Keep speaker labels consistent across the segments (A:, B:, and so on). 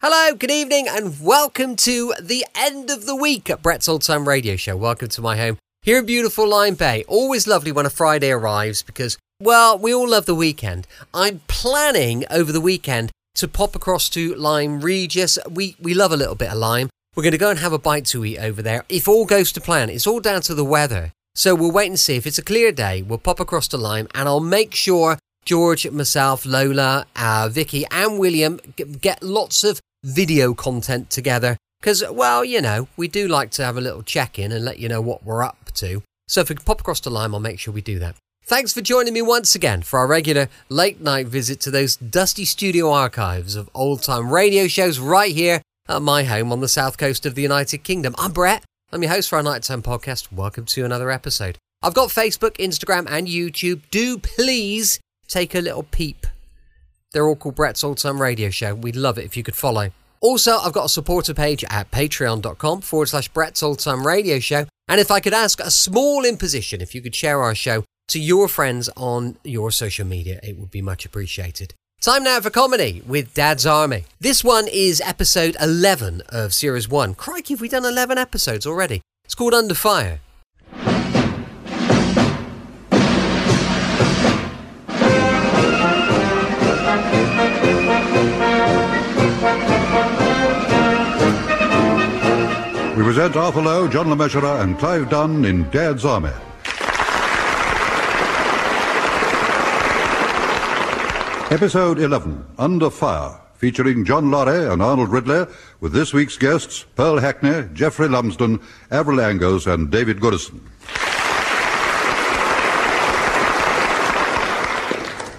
A: Hello, good evening, and welcome to the end of the week at Brett's Old Time Radio Show. Welcome to my home here in beautiful Lime Bay. Always lovely when a Friday arrives because, well, we all love the weekend. I'm planning over the weekend to pop across to Lyme Regis. We, we love a little bit of Lyme. We're going to go and have a bite to eat over there. If all goes to plan, it's all down to the weather. So we'll wait and see. If it's a clear day, we'll pop across to Lyme and I'll make sure George, myself, Lola, uh, Vicky, and William g- get lots of video content together. Because, well, you know, we do like to have a little check in and let you know what we're up to. So if we can pop across to Lyme, I'll make sure we do that. Thanks for joining me once again for our regular late night visit to those dusty studio archives of old time radio shows right here at my home on the south coast of the United Kingdom. I'm Brett. I'm your host for our Nighttime Podcast. Welcome to another episode. I've got Facebook, Instagram, and YouTube. Do please take a little peep. They're all called Brett's Old Time Radio Show. We'd love it if you could follow. Also, I've got a supporter page at patreon.com forward slash Brett's Old Time Radio Show. And if I could ask a small imposition, if you could share our show to your friends on your social media, it would be much appreciated. Time now for comedy with Dad's Army. This one is episode 11 of Series 1. Crikey, have we done 11 episodes already? It's called Under Fire.
B: We present Arthur Lowe, John Le Mesurier, and Clive Dunn in Dad's Army. Episode 11, Under Fire, featuring John Lorre and Arnold Ridley, with this week's guests, Pearl Hackney, Geoffrey Lumsden, Avril Angos, and David Goodison.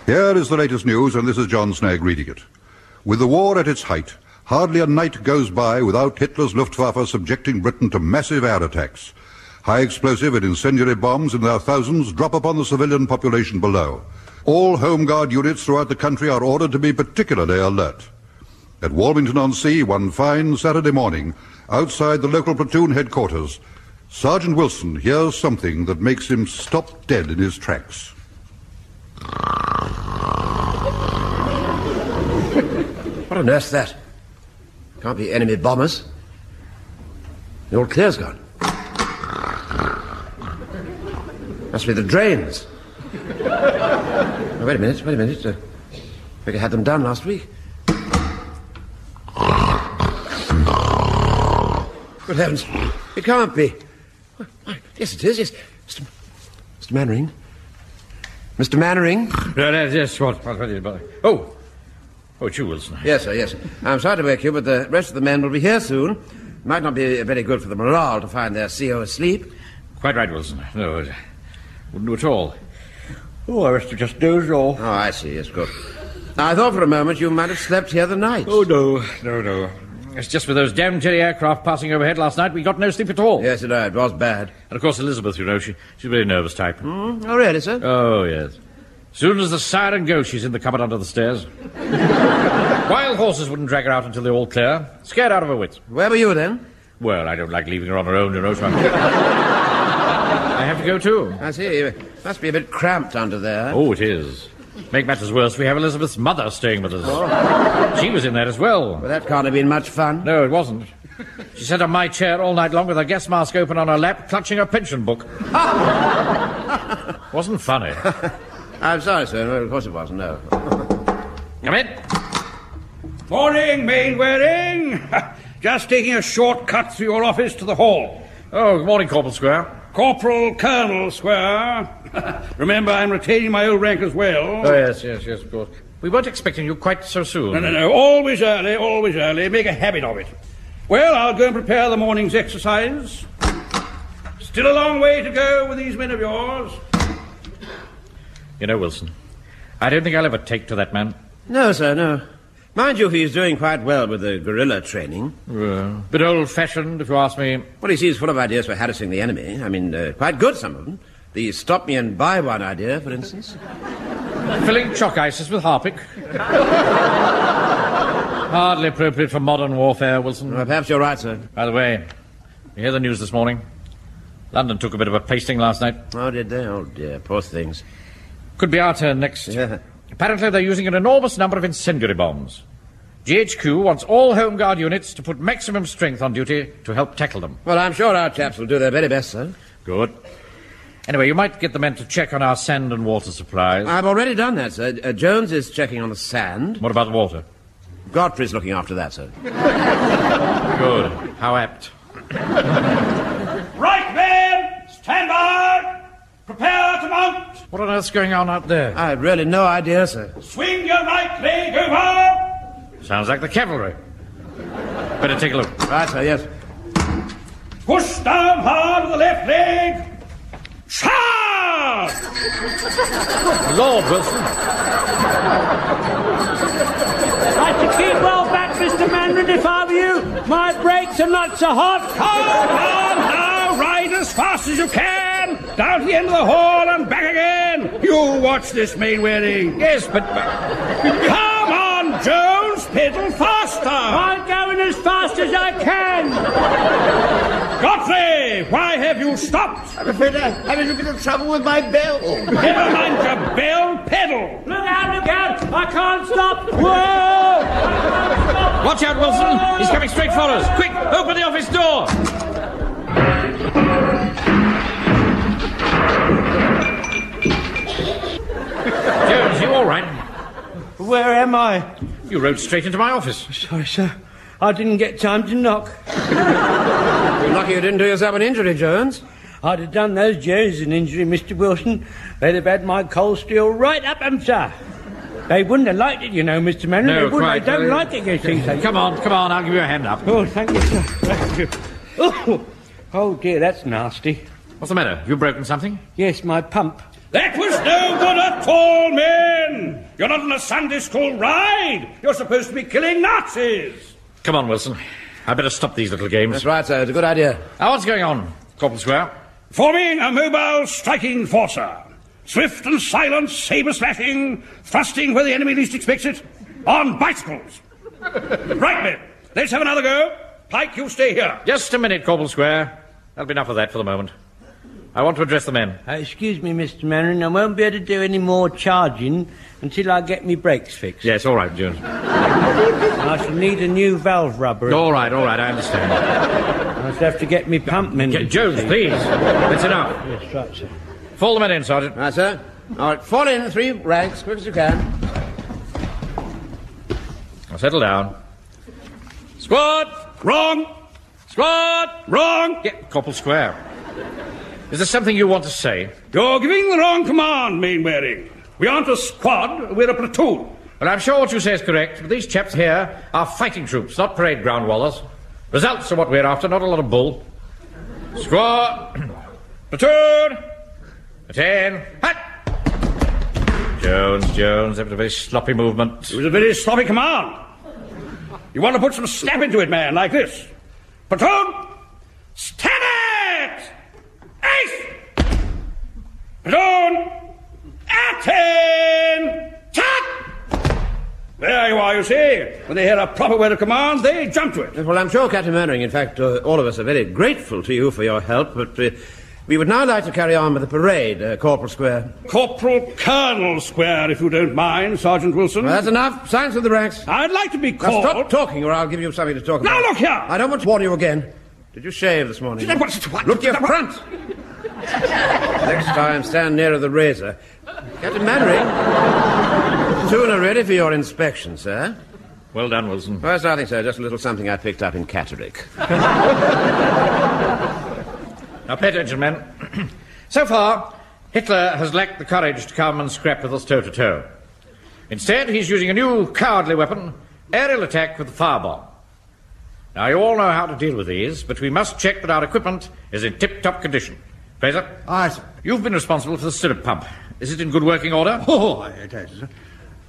B: Here is the latest news, and this is John Snag reading it. With the war at its height, hardly a night goes by without Hitler's Luftwaffe subjecting Britain to massive air attacks. High explosive and incendiary bombs in their thousands drop upon the civilian population below. All Home Guard units throughout the country are ordered to be particularly alert. At Walmington-on-Sea, one fine Saturday morning, outside the local platoon headquarters, Sergeant Wilson hears something that makes him stop dead in his tracks.
C: What on earth's that? Can't be enemy bombers. The old clear's gone. Must be the drains. Oh, wait a minute, wait a minute. Uh, I think I had them done last week. Good heavens. It can't be. Why, why, Yes, it is, yes. Mr. Mr. Mannering. Mr. Mannering.
D: No, no, yes, what, what, what, what- Oh, oh, it's you, Wilson.
C: Yes, sir, yes. I'm sorry to wake you, but the rest of the men will be here soon. Might not be very good for the morale to find their CO asleep.
D: Quite right, Wilson. No, it wouldn't do at all. Oh, I must have just dozed off.
C: Oh, I see, yes, good. I thought for a moment you might have slept here the night.
D: Oh, no, no, no. It's just with those damn Terry aircraft passing overhead last night, we got no sleep at all.
C: Yes, you know, it was bad.
D: And of course, Elizabeth, you know, she, she's a very nervous type.
C: Oh, really, sir?
D: Oh, yes. Soon as the siren goes, she's in the cupboard under the stairs. Wild horses wouldn't drag her out until they're all clear. Scared out of her wits.
C: Where were you then?
D: Well, I don't like leaving her on her own, you know, so I'm... I have to go too.
C: I see. You must be a bit cramped under there.
D: Oh, it is. Make matters worse, we have Elizabeth's mother staying with us. She was in there as well.
C: Oh. Well, that can't have been much fun.
D: No, it wasn't. She sat on my chair all night long with her gas mask open on her lap, clutching her pension book. wasn't funny.
C: I'm sorry, sir. No, of course it wasn't, no.
D: Come in.
E: Morning, Mainwaring. Just taking a short cut through your office to the hall.
D: Oh, good morning, Corporal Square.
E: Corporal Colonel Square. Remember, I'm retaining my old rank as well.
D: Oh, yes, yes, yes, of course. We weren't expecting you quite so soon.
E: No, no, no. Always early, always early. Make a habit of it. Well, I'll go and prepare the morning's exercise. Still a long way to go with these men of yours.
D: You know, Wilson, I don't think I'll ever take to that man.
C: No, sir, no. Mind you, he's doing quite well with the guerrilla training.
D: Bit old-fashioned, if you ask me.
C: Well, you see, he's full of ideas for harassing the enemy. I mean, uh, quite good, some of them. The stop me and buy one idea, for instance.
D: Filling chalk ices with harpic. Hardly appropriate for modern warfare, Wilson.
C: Well, perhaps you're right, sir.
D: By the way, you hear the news this morning? London took a bit of a pasting last night.
C: Oh, did they? Oh, dear, poor things.
D: Could be our turn next.
C: Yeah.
D: Apparently, they're using an enormous number of incendiary bombs. GHQ wants all Home Guard units to put maximum strength on duty to help tackle them.
C: Well, I'm sure our chaps will do their very best, sir.
D: Good. Anyway, you might get the men to check on our sand and water supplies.
C: I've already done that, sir. Uh, Jones is checking on the sand.
D: what about the water?
C: Godfrey's looking after that, sir.
D: Good. How apt.
E: Right, men! Stand by! Prepare to mount!
D: What on earth's going on out there?
C: I've really no idea, sir.
E: Swing your right leg over!
D: Sounds like the cavalry. Better take a look.
C: Right, sir, yes.
E: Push down hard with the left leg! Charge!
D: Lord Wilson.
F: I'd to keep well back, Mr. Mandarin, if I were you. My brakes are not so hot.
E: Come on now! Ride as fast as you can! Down to the end of the hall and back again! You watch this Mainwaring!
D: Yes, but
E: Come on, Jones! Pedal faster!
F: I'm going as fast as I can.
E: Godfrey! Why have you stopped?
G: I'm afraid I'm having a bit of trouble with my bell.
E: Never mind your bell, pedal!
F: Look out, look out. I can't stop. Whoa!
D: watch out, Wilson. He's coming straight for us. Quick, open the office door. Jones, you all right?
F: Where am I?
D: You rode straight into my office.
F: Sorry, sir. I didn't get time to knock.
C: You're lucky you didn't do yourself an injury, Jones.
F: I'd have done those Jews an injury, Mr. Wilson. They'd have had my coal steel right up 'em, sir. They wouldn't have liked it, you know, Mr. Mandarin.
D: No,
F: they wouldn't.
D: quite.
F: They don't
D: Uh,
F: like it, you see. sir.
D: Come on, come on. I'll give you a hand up.
F: Oh, thank you, sir. Thank you. Oh, oh dear, that's nasty.
D: What's the matter? Have you broken something?
F: Yes, my pump.
E: That was no good at all, men! You're not on a Sunday school ride! You're supposed to be killing Nazis!
D: Come on, Wilson. I better stop these little games.
C: That's right, sir. It's a good idea.
D: Now, what's going on, Corporal Square?
E: Forming a mobile striking forcer. Swift and silent, saber slashing, thrusting where the enemy least expects it, on bicycles. right, men, let's have another go. Pike, you stay here.
D: Just a minute, Corporal Square. That'll be enough of that for the moment. I want to address the men.
F: Uh, excuse me, Mr. Manning. I won't be able to do any more charging until I get my brakes fixed.
D: Yes, all right, Jones.
F: I shall need a new valve rubber.
D: All right, all right, I understand.
F: I'll have to get me pump
D: J-
F: mended.
D: Jones, please. That's enough.
F: Yes, right, sir.
D: Fall the men in, Sergeant.
C: Right, sir. All right, fall in three ranks, quick as you can.
D: Now settle down. Squad!
E: Wrong,
D: Squad!
E: wrong.
D: Yeah, Corporal Square. Is there something you want to say?
E: You're giving the wrong command, Mainwaring. We aren't a squad, we're a platoon.
D: Well, I'm sure what you say is correct, but these chaps here are fighting troops, not parade ground wallers. Results are what we're after, not a lot of bull. Squad! Platoon! Attend! Hut! Jones, Jones, that was a very sloppy movement.
E: It was a very sloppy command. You want to put some snap into it, man, like this. Platoon, stand it! Ace! Platoon, attend! Tut! There you are, you see. When they hear a proper word of command, they jump to it.
C: Well, I'm sure, Captain Mannering, in fact, uh, all of us are very grateful to you for your help, but uh, we would now like to carry on with the parade, uh, Corporal Square.
E: Corporal Colonel Square, if you don't mind, Sergeant Wilson.
C: Well, that's enough. Silence of the ranks.
E: I'd like to be
C: Now
E: called.
C: stop talking, or I'll give you something to talk
E: Now
C: about.
E: look here!
C: I don't want to warn you again. Did you shave this morning?
E: Did I- what- what-
C: Look to your
E: what-
C: front. Next time, stand nearer the razor. Captain Mannering, soon are ready for your inspection, sir.
D: Well done, Wilson.
C: First, I think, sir, just a little something I picked up in Catterick.
D: Now, pay attention, men. so far, Hitler has lacked the courage to come and scrap with us toe to toe. Instead, he's using a new cowardly weapon aerial attack with the firebomb. Now, you all know how to deal with these, but we must check that our equipment is in tip top condition. Fraser?
G: Aye, sir.
D: You've been responsible for the syrup pump. Is it in good working order?
G: Oh, it is.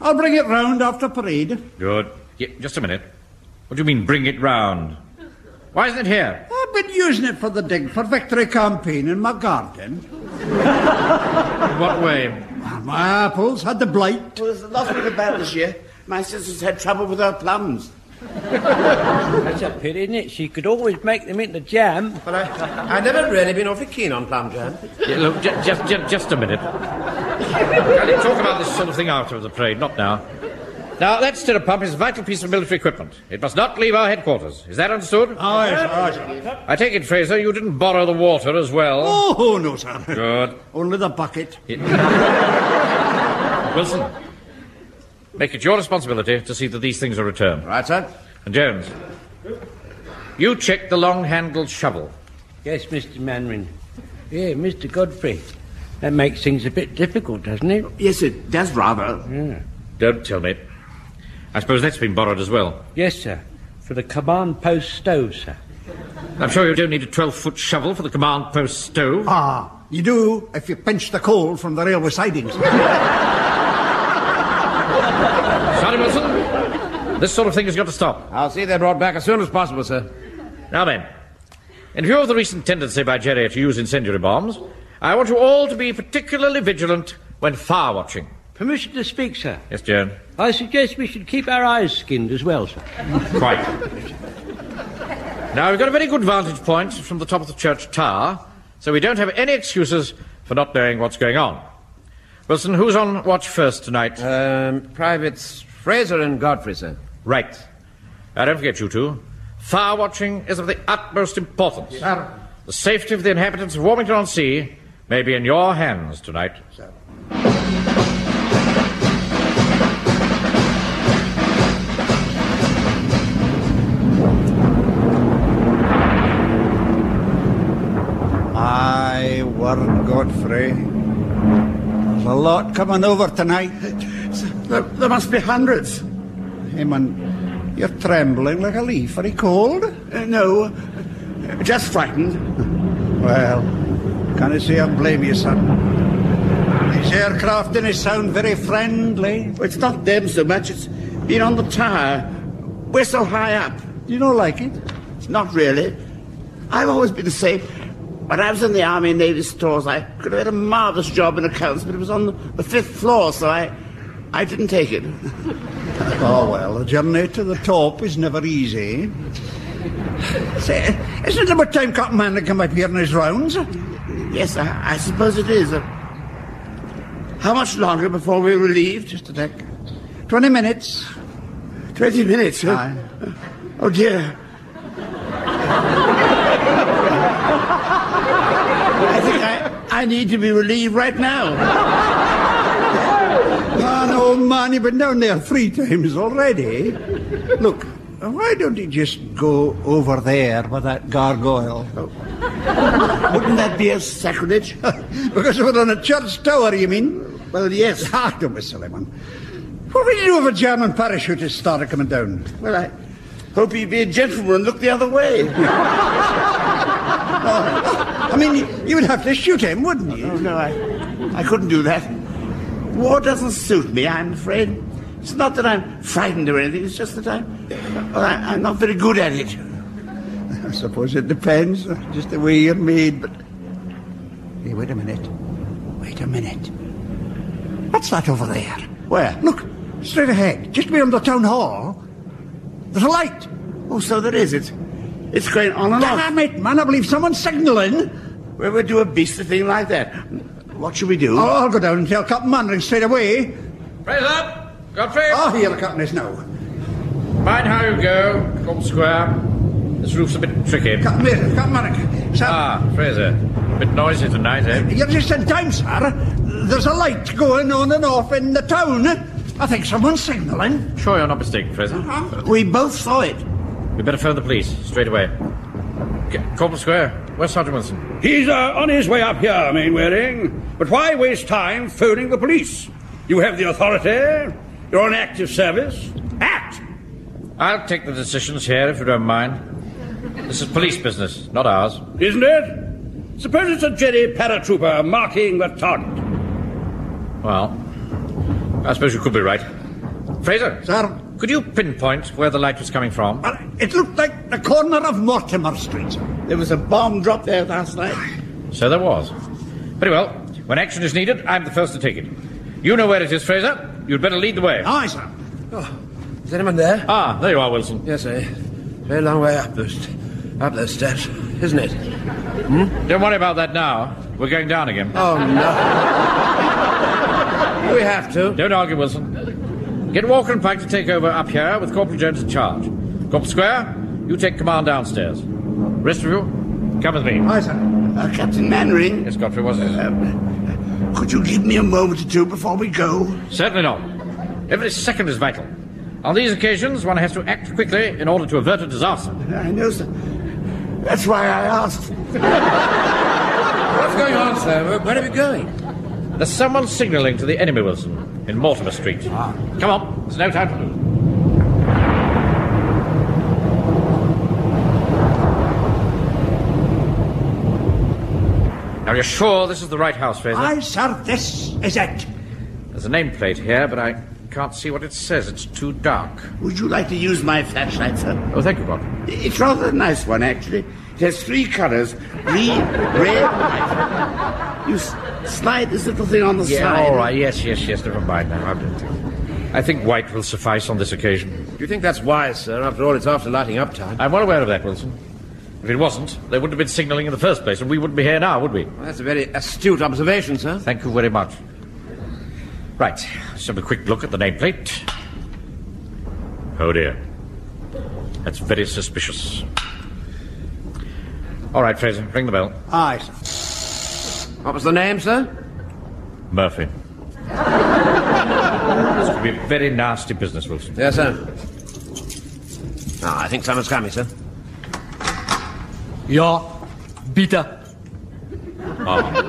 G: I'll bring it round after parade.
D: Good. Yeah, just a minute. What do you mean, bring it round? Why isn't it here?
G: I've been using it for the dig for victory campaign in my garden.
D: In what way?
G: My apples had the blight.
H: Well, the last week of battle this year, my sister's had trouble with her plums.
F: That's a pity, isn't it? She could always make them into jam.
C: Well, I, I've never really been awfully keen on plum jam.
D: Yeah, look, ju- just, ju- just a minute. Well, you talk about this sort of thing after the parade, not now. Now, that stirrup pump is a vital piece of military equipment. It must not leave our headquarters. Is that understood?
I: Aye, sir, aye, sir.
D: I take it, Fraser, you didn't borrow the water as well.
I: Oh, no, sir.
D: Good.
G: Only the bucket.
D: Wilson, make it your responsibility to see that these things are returned.
H: Right, sir.
D: And Jones, you check the long-handled shovel.
F: Yes, Mr. Manwaring. Yeah, Mr. Godfrey. That makes things a bit difficult, doesn't it?
H: Yes, it does rather.
D: Don't tell me. I suppose that's been borrowed as well.
F: Yes, sir. For the command post stove, sir.
D: I'm sure you don't need a 12-foot shovel for the command post stove.
I: Ah, you do if you pinch the coal from the railway sidings.
D: Sorry, Wilson. This sort of thing has got to stop.
C: I'll see they're brought back as soon as possible, sir.
D: Now then, in view of the recent tendency by Jerry to use incendiary bombs, I want you all to be particularly vigilant when fire watching.
F: Permission to speak, sir.
D: Yes, Joan.
F: I suggest we should keep our eyes skinned as well, sir.
D: Quite. now, we've got a very good vantage point from the top of the church tower, so we don't have any excuses for not knowing what's going on. Wilson, who's on watch first tonight?
C: Um, Privates Fraser and Godfrey, sir.
D: right. Uh, don't forget, you two. Fire watching is of the utmost importance. The safety of the inhabitants of Warmington on Sea may be in your hands tonight.
I: Aye, word Godfrey. There's a lot coming over tonight.
H: There, there must be hundreds.
I: Him and you're trembling like a leaf. Are you cold?
H: Uh, no, just frightened.
I: Well, can I say I blame you, son? These aircraft didn't sound very friendly.
H: It's not them so much, it's been on the tower. We're so high up.
I: You don't like it?
H: Not really. I've always been safe. When I was in the Army and Navy stores, I could have had a marvellous job in accounts, but it was on the, the fifth floor, so I, I didn't take it.
I: Oh, well, the journey to the top is never easy. Say, isn't it about time Captain Manning come up here on his rounds?
H: Yes, I, I suppose it is. Uh, How much longer before we're relieved?
I: Just a tick. Twenty minutes.
H: Twenty minutes. huh?
I: Aye.
H: Oh dear. I think I, I need to be relieved right now.
I: Man, oh man, you've been down there three times already. Look, why don't you just go over there with that gargoyle?
H: Wouldn't that be a sacrilege?
I: because we're on a church tower, you mean?
H: Well, yes.
I: Ah, don't be silly, man. What would you do if a German parachutist started coming down?
H: Well, I hope you'd be a gentleman and look the other way.
I: I mean, you- you would have to shoot him, wouldn't you?
H: Oh, no, I, I couldn't do that. War doesn't suit me, I'm afraid. It's not that I'm frightened or anything, it's just that I'm, well, I, I'm not very good at it.
I: I suppose it depends, uh, just the way you're made, but. Hey, wait a minute. Wait a minute. What's that over there?
H: Where?
I: Look, straight ahead, just beyond the town hall. There's a light.
H: Oh, so there is. It's, it's going on and off.
I: Damn it, man, I believe someone's signalling.
H: Where would do a beastly thing like that? What should we do?
I: Oh, I'll go down and tell Captain Manning straight away.
D: Fraser! Godfrey!
I: Oh, here the Captain is now.
D: Mind how you go, Corp Square. This roof's a bit tricky.
I: Captain Manning, Captain Manning. Sir,
D: Ah, Fraser. Bit noisy tonight, eh?
I: you're just in time, sir. There's a light going on and off in the town. I think someone's signalling.
D: Sure you're not mistaken, Fraser.
I: Uh-huh.
H: We both saw it.
D: We better phone the police straight away. C- Corporal Square, where's Sergeant Wilson?
E: He's uh, on his way up here, Mainwaring. But why waste time phoning the police? You have the authority. You're on active service. Act!
D: I'll take the decisions here if you don't mind. This is police business, not ours.
E: Isn't it? Suppose it's a Jerry paratrooper marking the target.
D: Well, I suppose you could be right. Fraser,
I: Sir,
D: could you pinpoint where the light was coming from?
I: Uh, It looked like the corner of Mortimer Street.
H: There was a bomb drop there last night.
D: So there was. Very well. When action is needed, I'm the first to take it. You know where it is, Fraser. You'd better lead the way.
I: Aye, sir.
C: Oh, Is anyone there?
D: Ah, there you are, Wilson.
C: Yes, sir. Very long way up those, up those steps, isn't it?
D: Hmm? Don't worry about that now. We're going down again.
C: Oh, no. we have to.
D: Don't argue, Wilson. Get Walker and Pike to take over up here with Corporal Jones in charge. Corporal Square, you take command downstairs. Rest of you, come with me.
H: Aye, sir. Uh, Captain Mannering, Um,
D: Yes, Godfrey, was it?
H: could you give me a moment or two before we go?
D: Certainly not. Every second is vital. On these occasions, one has to act quickly in order to avert a disaster.
H: I know, sir. That's why I asked.
C: What's going on, sir? Where- Where are we going?
D: There's someone signalling to the enemy, Wilson, in Mortimer Street.
H: Ah.
D: Come on, there's no time to lose. Now, you're sure this is the right house, Fraser?
I: Aye, sir, this is it.
D: There's a nameplate here, but I can't see what it says. It's too dark.
H: Would you like to use my flashlight, sir?
D: Oh, thank you, Godfrey.
H: It's rather a nice one, actually. It has three colours green, red, white. You s- slide this little thing on the
D: Yeah,
H: side.
D: all right. Yes, yes, yes. Never mind now. I don't think. I think white will suffice on this occasion.
C: Do you think that's wise, sir? After all, it's after lighting up time.
D: I'm well aware of that, Wilson. If it wasn't, they wouldn't have been signalling in the first place, and we wouldn't be here now, would we?
C: Well, that's a very astute observation, sir.
D: Thank you very much. Right, let's have a quick look at the nameplate. Oh dear. That's very suspicious. All right, Fraser, ring the bell.
I: Aye, sir.
C: What was the name, sir?
D: Murphy. this could be very nasty business, Wilson.
C: Yes, sir. Ah, I think someone's coming, sir.
J: Ja, bitte.
D: Are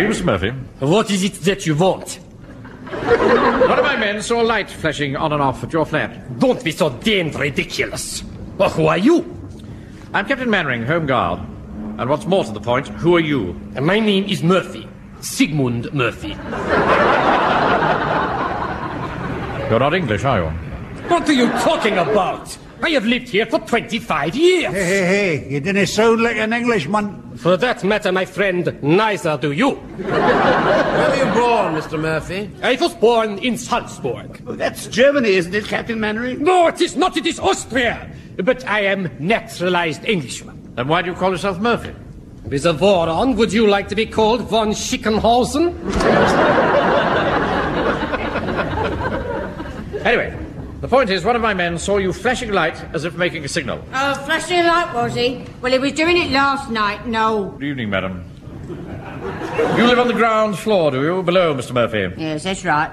D: you Mr. Murphy?
J: What is it that you want?
D: One of my men saw a light flashing on and off at your flat.
J: Don't be so damned ridiculous. Well, who are you?
D: I'm Captain Mannering, Home Guard. And what's more to the point, who are you?
J: And my name is Murphy. Sigmund Murphy.
D: You're not English, are you?
J: What are you talking about? I have lived here for 25 years.
I: Hey, hey, hey, you didn't sound like an Englishman.
J: For that matter, my friend, neither do you.
C: Where were you born, Mr. Murphy?
J: I was born in Salzburg.
H: Well, that's Germany, isn't it, Captain Mannering?
J: No, it is not, it is Austria. But I am naturalized Englishman.
D: Then why do you call yourself Murphy?
J: With a war on, would you like to be called von Schickenhausen?
D: Anyway, the point is, one of my men saw you flashing a light as if making a signal.
K: Oh, flashing a light, was he? Well, he was doing it last night, no.
D: Good evening, madam. You live on the ground floor, do you? Below, Mr. Murphy.
K: Yes, that's right.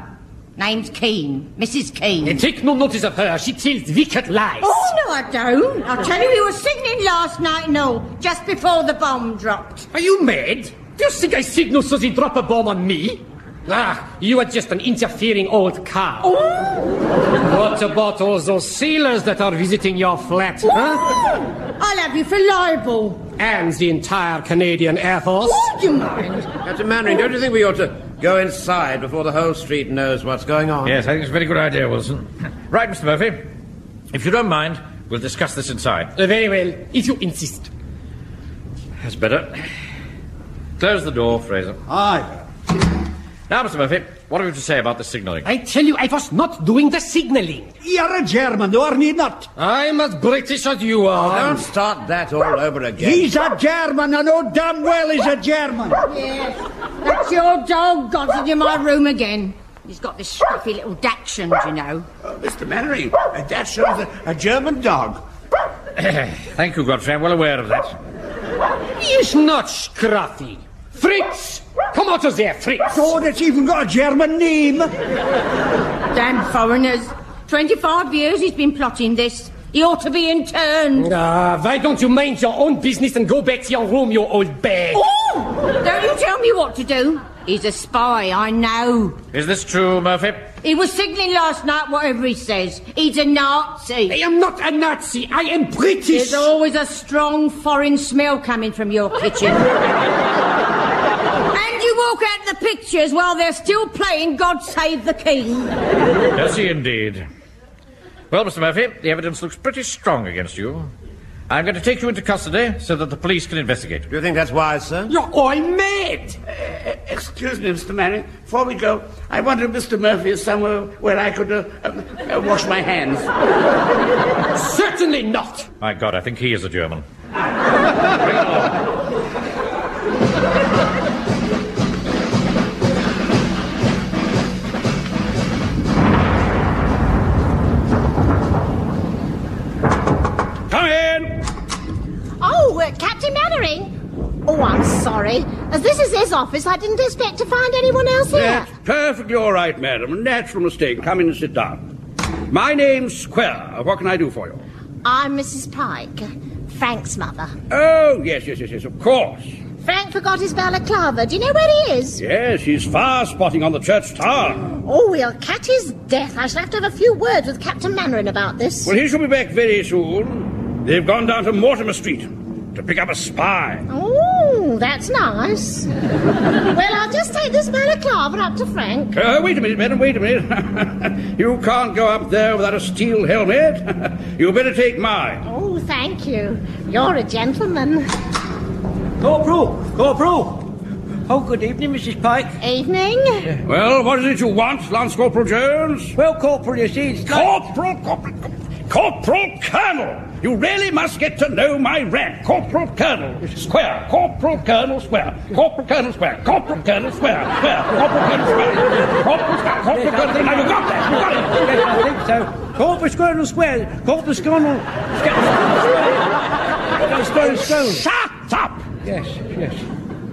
K: Name's Keane, Mrs. Keane.
I: Hmm.
J: And take no notice of her. She tells wicked lies.
K: Oh, no, I don't. I'll tell you, he was singing last night, no, just before the bomb dropped.
J: Are you mad? Do you think I signal so they drop a bomb on me? Ah, you are just an interfering old cow. What about all those sailors that are visiting your flat, huh?
K: I'll have you for libel.
J: And the entire Canadian Air Force?
K: Would you mind?
C: Captain Mannering, don't you think we ought to go inside before the whole street knows what's going on?
D: Yes, I think it's a very good idea, Wilson. Right, Mr. Murphy. If you don't mind, we'll discuss this inside.
J: Uh, very well, if you insist.
D: That's better. Close the door, Fraser.
I: Aye.
D: Now, Mr. Murphy, what have you to say about the signalling?
J: I tell you, I was not doing the signaling.
I: You're a German, or need not.
J: I'm as British as you are.
C: Don't start that all over again.
I: He's a German, I know damn well he's a German.
K: Yes. That's your dog got in my room again. He's got this stuffy little dachshund, you know.
H: Oh, Mr. Mannering, uh, that shows a, a German dog.
D: Thank you, Godfrey. I'm well aware of that.
J: He's not scruffy. Fritz! Come out of there, Fritz!
I: Oh, that's even got a German name.
K: Damn foreigners. 25 years he's been plotting this. He ought to be interned.
J: Ah, why don't you mind your own business and go back to your room, you old bag?
K: Oh! Don't you tell me what to do. He's a spy, I know.
D: Is this true, Murphy?
K: He was signaling last night whatever he says. He's a
J: I
K: Nazi.
J: am not a Nazi. I am British.
K: There's always a strong foreign smell coming from your kitchen. and you walk out the pictures while they're still playing God Save the King.
D: Does he indeed? Well, Mr. Murphy, the evidence looks pretty strong against you. I'm going to take you into custody so that the police can investigate.
C: Do you think that's wise, sir?
J: You're all mad.
H: oh, Excuse me, Mr. Mannering. Before we go, I wonder if Mr. Murphy is somewhere where I could uh, uh, uh, wash my hands.
J: Certainly not.
D: My God, I think he is a German.
E: in.
L: Oh, uh, Captain Mannering. Oh, I'm sorry. As this is his office, I didn't expect to find anyone else here.
E: That's perfectly all right, madam. A natural mistake. Come in and sit down. My name's Square. What can I do for you?
L: I'm Mrs. Pike, Frank's mother.
E: Oh, yes, yes, yes, yes, of course.
L: Frank forgot his balaclava. Do you know where he is?
E: Yes, he's far spotting on the church tower.
L: Oh, we'll catch his death. I shall have to have a few words with Captain Mannering about this.
E: Well, he shall be back very soon. They've gone down to Mortimer Street to pick up a spy.
L: Oh, that's nice. well, I'll just take this balaclava up to Frank.
E: Uh, wait a minute, madam, wait a minute. you can't go up there without a steel helmet. you better take mine.
L: Oh, thank you. You're a gentleman.
F: Corporal! Corporal! Oh, good evening, Mrs. Pike.
L: Evening.
E: Well, what is it you want, Lance Corporal Jones?
F: Well, Corporal, you see, it's
E: Corporal, Corporal, Corporal Colonel! You really must get to know my rank. Corporal Colonel Square, Corporal Colonel Square, Corporal Colonel Square, Corporal Colonel Square, Square, Corporal Colonel Square, Corporal Square, Corporal Colonel. Now you got that, you got it.
F: Yes, I think so. Corporal Squirrel Square. Corporal Squirrel. Squirrel Squirrel.
E: Shut up!
F: Yes, yes.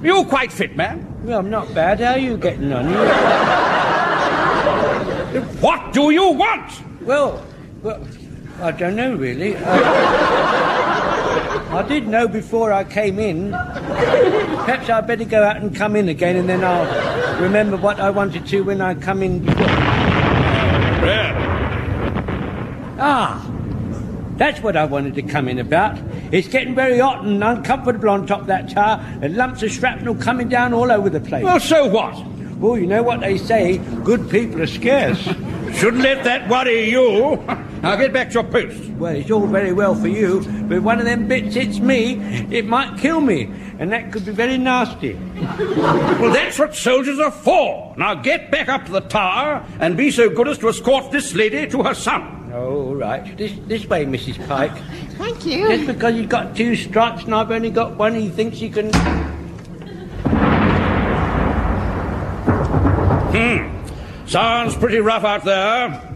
E: You quite fit, man.
F: Well, I'm not bad. How are you getting on? You-
E: What do you want?
F: Well, well, I don't know really. I- I did know before I came in. Perhaps I'd better go out and come in again, and then I'll remember what I wanted to when I come in.
E: Well,
F: Ah, that's what I wanted to come in about. It's getting very hot and uncomfortable on top of that tower, and lumps of shrapnel coming down all over the place.
E: well, so what?
F: Well, you know what they say good people are scarce.
E: Shouldn't let that worry you. Now get back to your post.
F: Well, it's all very well for you, but if one of them bits hits me, it might kill me, and that could be very nasty.
E: Well, that's what soldiers are for. Now get back up to the tower and be so good as to escort this lady to her son.
F: Oh, all right. This, this way, Mrs. Pike.
L: Thank you.
F: Just because you've got two stripes and I've only got one, he thinks he can.
E: Hmm. Sounds pretty rough out there.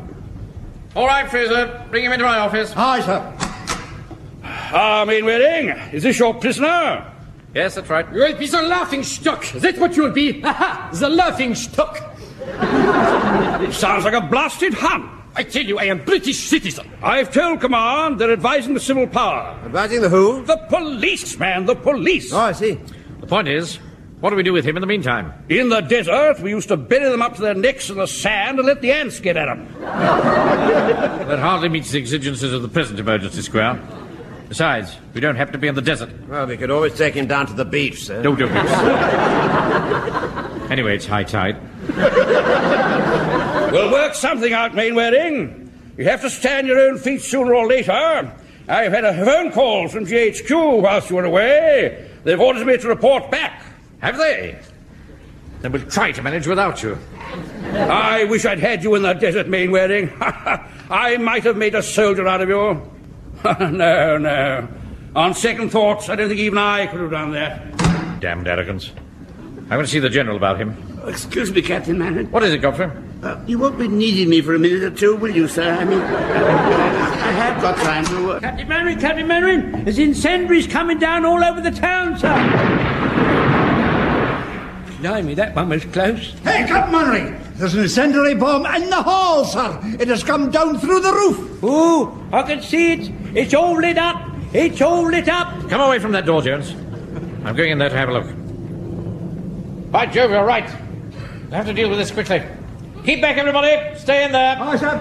D: All right, Fraser, bring him into my office.
G: Aye, sir.
E: Ah, Mainwaring, is this your prisoner?
D: Yes, that's right.
J: You will be the laughing stock. That's what you will be. Aha! The laughing stock.
E: It sounds like a blasted Hun.
J: I tell you, I am British citizen.
E: I've told command they're advising the civil power.
C: Advising the who?
E: The police, man, the police.
C: Oh, I see.
D: The point is, what do we do with him in the meantime?
E: In the desert, we used to bury them up to their necks in the sand and let the ants get at them.
D: That hardly meets the exigencies of the present emergency, Square. Besides, we don't happen to be in the desert.
C: Well, we could always take him down to the beach, sir.
D: No difference. anyway, it's high tide.
E: We'll work something out, Mainwaring. You have to stand your own feet sooner or later. I've had a phone call from GHQ whilst you were away. They've ordered me to report back.
D: Have they? Then we'll try to manage without you.
E: I wish I'd had you in the desert, Mainwaring. I might have made a soldier out of you. no, no. On second thoughts, I don't think even I could have done that.
D: Damned arrogance. I'm going to see the general about him.
H: Excuse me, Captain Mannering.
D: What is it, Godfrey?
H: Uh, you won't be needing me for a minute or two, will you, sir? I mean, I have got time to work.
F: Captain Mannering, Captain Mannering, there's incendiaries coming down all over the town, sir. Blimey, that one was close.
G: Hey, Captain Mannering. There's an incendiary bomb in the hall, sir. It has come down through the roof.
F: Ooh, I can see it. It's all lit up. It's all lit up.
D: Come away from that door, Jones. I'm going in there to have a look. By Jove, you're right. We'll have to deal with this quickly. Keep back, everybody. Stay in there.
G: Aye, sir.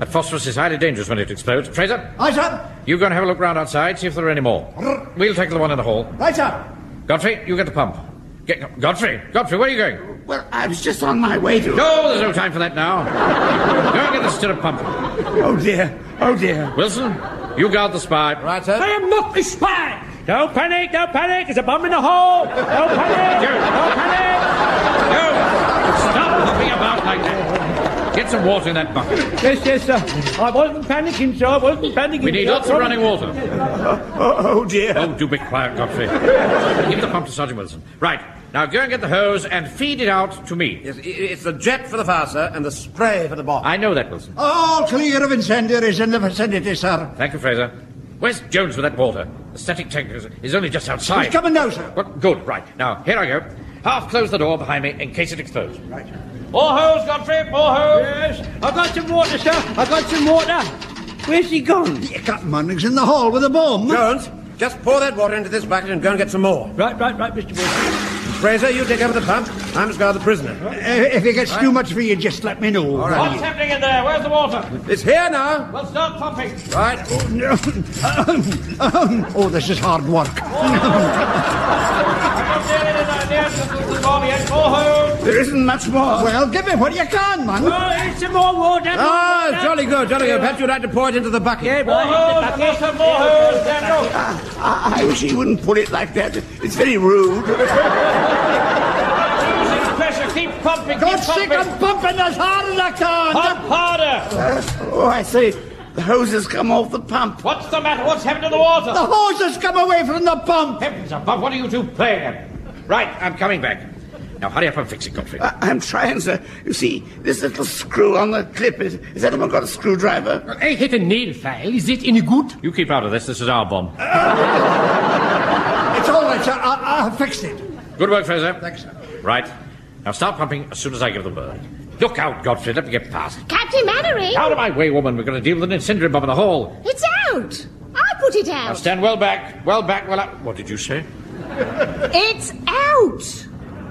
D: That phosphorus is highly dangerous when it explodes. Fraser,
G: Aye, sir.
D: you go and have a look round outside, see if there are any more. We'll tackle the one in the hall.
G: Right, sir.
D: Godfrey, you get the pump. Get, Godfrey, Godfrey, where are you going?
H: Well, I was just on my way to.
D: No, there's no time for that now. go and get the stirrup pump.
H: Oh dear, oh dear.
D: Wilson, you guard the spy.
C: Right, sir.
F: I am not the spy. Don't panic, don't panic. There's a bomb in the hole. Don't panic. don't panic.
D: Go! Stop hopping about like that. Get some water in that bucket.
F: Yes, yes, sir. I wasn't panicking, sir. I wasn't panicking.
D: We need
F: sir.
D: lots of running water.
H: Oh, oh dear.
D: Oh, do be quiet, Godfrey. Give the pump to Sergeant Wilson. Right. Now go and get the hose and feed it out to me.
C: Yes, i- i- it's the jet for the fire, sir, and the spray for the bomb.
D: I know that, Wilson.
G: All clear of incendiaries in the vicinity, sir.
D: Thank you, Fraser. Where's Jones with that water? The static tank is- is only just outside.
F: He's coming
I: now, sir.
D: Well, good, right. Now, here I go. Half close the door behind me in case it explodes. Right. More hose, Godfrey, more hose.
F: Yes, I got some water, sir. I got some water. Where's he gone?
I: The captain Munning's in the hall with a bomb.
C: Jones, just pour that water into this bucket and go and get some more.
F: Right, right, right, Mr. Wood.
C: Fraser, you take over the pump. I'm to guard the prisoner.
I: Uh, if it gets too much for you, just let me know.
C: All right.
D: What's happening in there? Where's the water?
C: It's here now.
D: Well, start pumping.
C: Right.
I: Oh, no. oh, this is hard work.
C: There isn't much more.
I: Well, give me what you can, man.
F: Oh, some more water.
C: Ah, jolly good, jolly good. Perhaps you'd like to pour it into the Oh, bucket.
F: Yeah, right.
H: Oh, I wish he wouldn't put it like that. It's very rude.
D: Pressure, keep pumping,
I: God's sake, I'm pumping as hard as I can.
D: harder.
H: Oh, I say, the hose has come off the pump.
D: What's the matter? What's happened to the water?
I: The hose has come away from the pump.
D: Heavens above, what are you two playing at? Right, I'm coming back. Now hurry up and fix it, Godfrey.
H: I- I'm trying, sir. You see, this little screw on the clip, is, has anyone got a screwdriver?
J: I hit a nail file. Is it any good?
D: you keep out of this, this is our bomb.
I: It's all right, sir. I, I fixed it.
D: Good work, Fraser. Thanks, sir. Right. Now start pumping as soon as I give the word. Look out, Godfrey, let me get past.
L: Captain Mannering!
D: Out of my way, woman. We're going to deal with an incendiary bomb in the hall.
L: It's out! I put it
D: Now
L: out!
D: stand well back, well back, well up. What did you say?
L: It's out!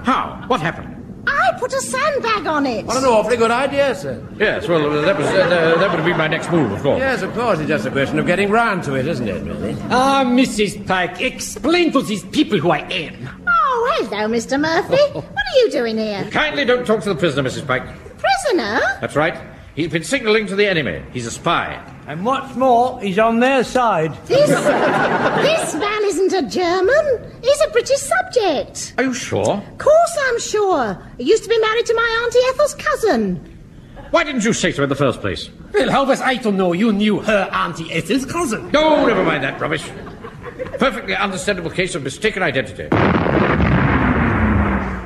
D: How? What happened?
L: I put a sandbag on it!
C: What an awfully good idea, sir.
D: Yes, well, uh, that was uh, that would be my next move, of course.
C: Yes, of course. It's just a question of getting round to it, isn't it, really?
J: Ah, Mrs. Pike, explain to these people who I am.
L: Oh, hello, Mr. Murphy. what are you doing here?
D: Kindly don't talk to the prisoner, Mrs. Pike.
L: Prisoner?
D: That's right. He's been signalling to the enemy. He's a spy.
F: And what's more, he's on their side.
L: This, this man isn't a German. He's a British subject.
D: Are you sure?
L: Of course I'm sure. He used to be married to my Auntie Ethel's cousin.
D: Why didn't you say so in the first place?
J: Well, how was I to know you knew her Auntie Ethel's cousin?
D: No, never mind that rubbish. Perfectly understandable case of mistaken identity.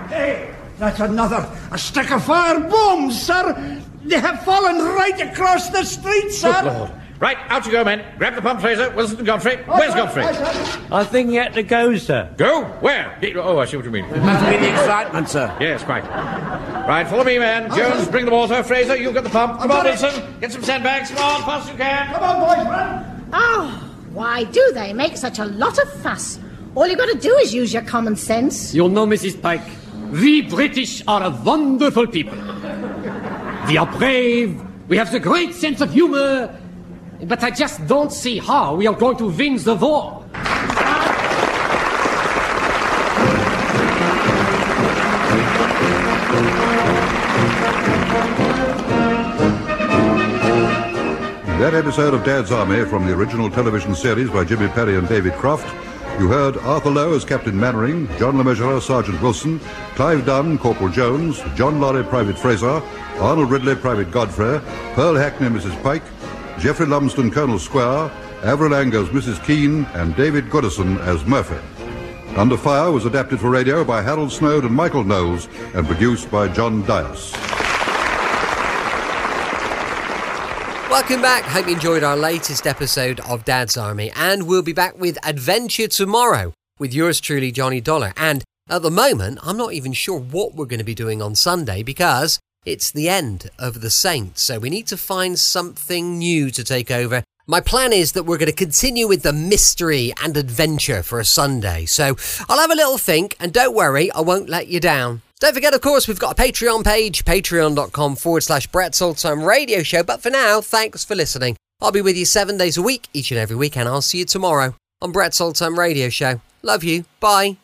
I: Hey, that's another. A stick of fire bomb, sir. They have fallen right across the street, sir.
D: Right, out you go, men. Grab the pump, Fraser. Wilson and Godfrey.
C: Oh,
D: Where's Godfrey?
F: I think he had to go, sir.
D: Go? Where? Did- Oh, I see what you mean.
C: Must be the excitement, sir. Oh,
D: Yes, quite. Right, follow me, man. Jones, bring the water. Fraser, you've got the pump. Come on,
I: got it.
D: Wilson. Get some sandbags. Come on, fast you can.
I: Come on, boys, run.
L: Oh, why do they make such a lot of fuss? All you gotta do is use your common sense.
J: You know, Mrs. Pike, we British are a wonderful people. We are brave, we have the great sense of humor, but I just don't see how we are going to win the war.
B: That episode of Dad's Army from the original television series by Jimmy Perry and David Croft. You heard Arthur Lowe as Captain Mannering, John LeMessurier, Sergeant Wilson, Clive Dunn, Corporal Jones, John Lorry, Private Fraser, Arnold Ridley, Private Godfrey, Pearl Hackney, Mrs. Pike, Geoffrey Lumsden, Colonel Square, Avril Angers, Mrs. Keane, and David Goodison as Murphy. Under Fire was adapted for radio by Harold Snowd and Michael Knowles and produced by John Dias.
A: Welcome back. Hope you enjoyed our latest episode of Dad's Army, and we'll be back with Adventure tomorrow with yours truly, Johnny Dollar. And at the moment, I'm not even sure what we're going to be doing on Sunday because it's the end of The Saints, so we need to find something new to take over. My plan is that we're going to continue with the mystery and adventure for a Sunday, so I'll have a little think, and don't worry, I won't let you down. Don't forget, of course, we've got a Patreon page, patreon.com forward slash Brett's Old Time Radio Show. But for now, thanks for listening. I'll be with you seven days a week, each and every week, and I'll see you tomorrow on Brett's Old Time Radio Show. Love you. Bye.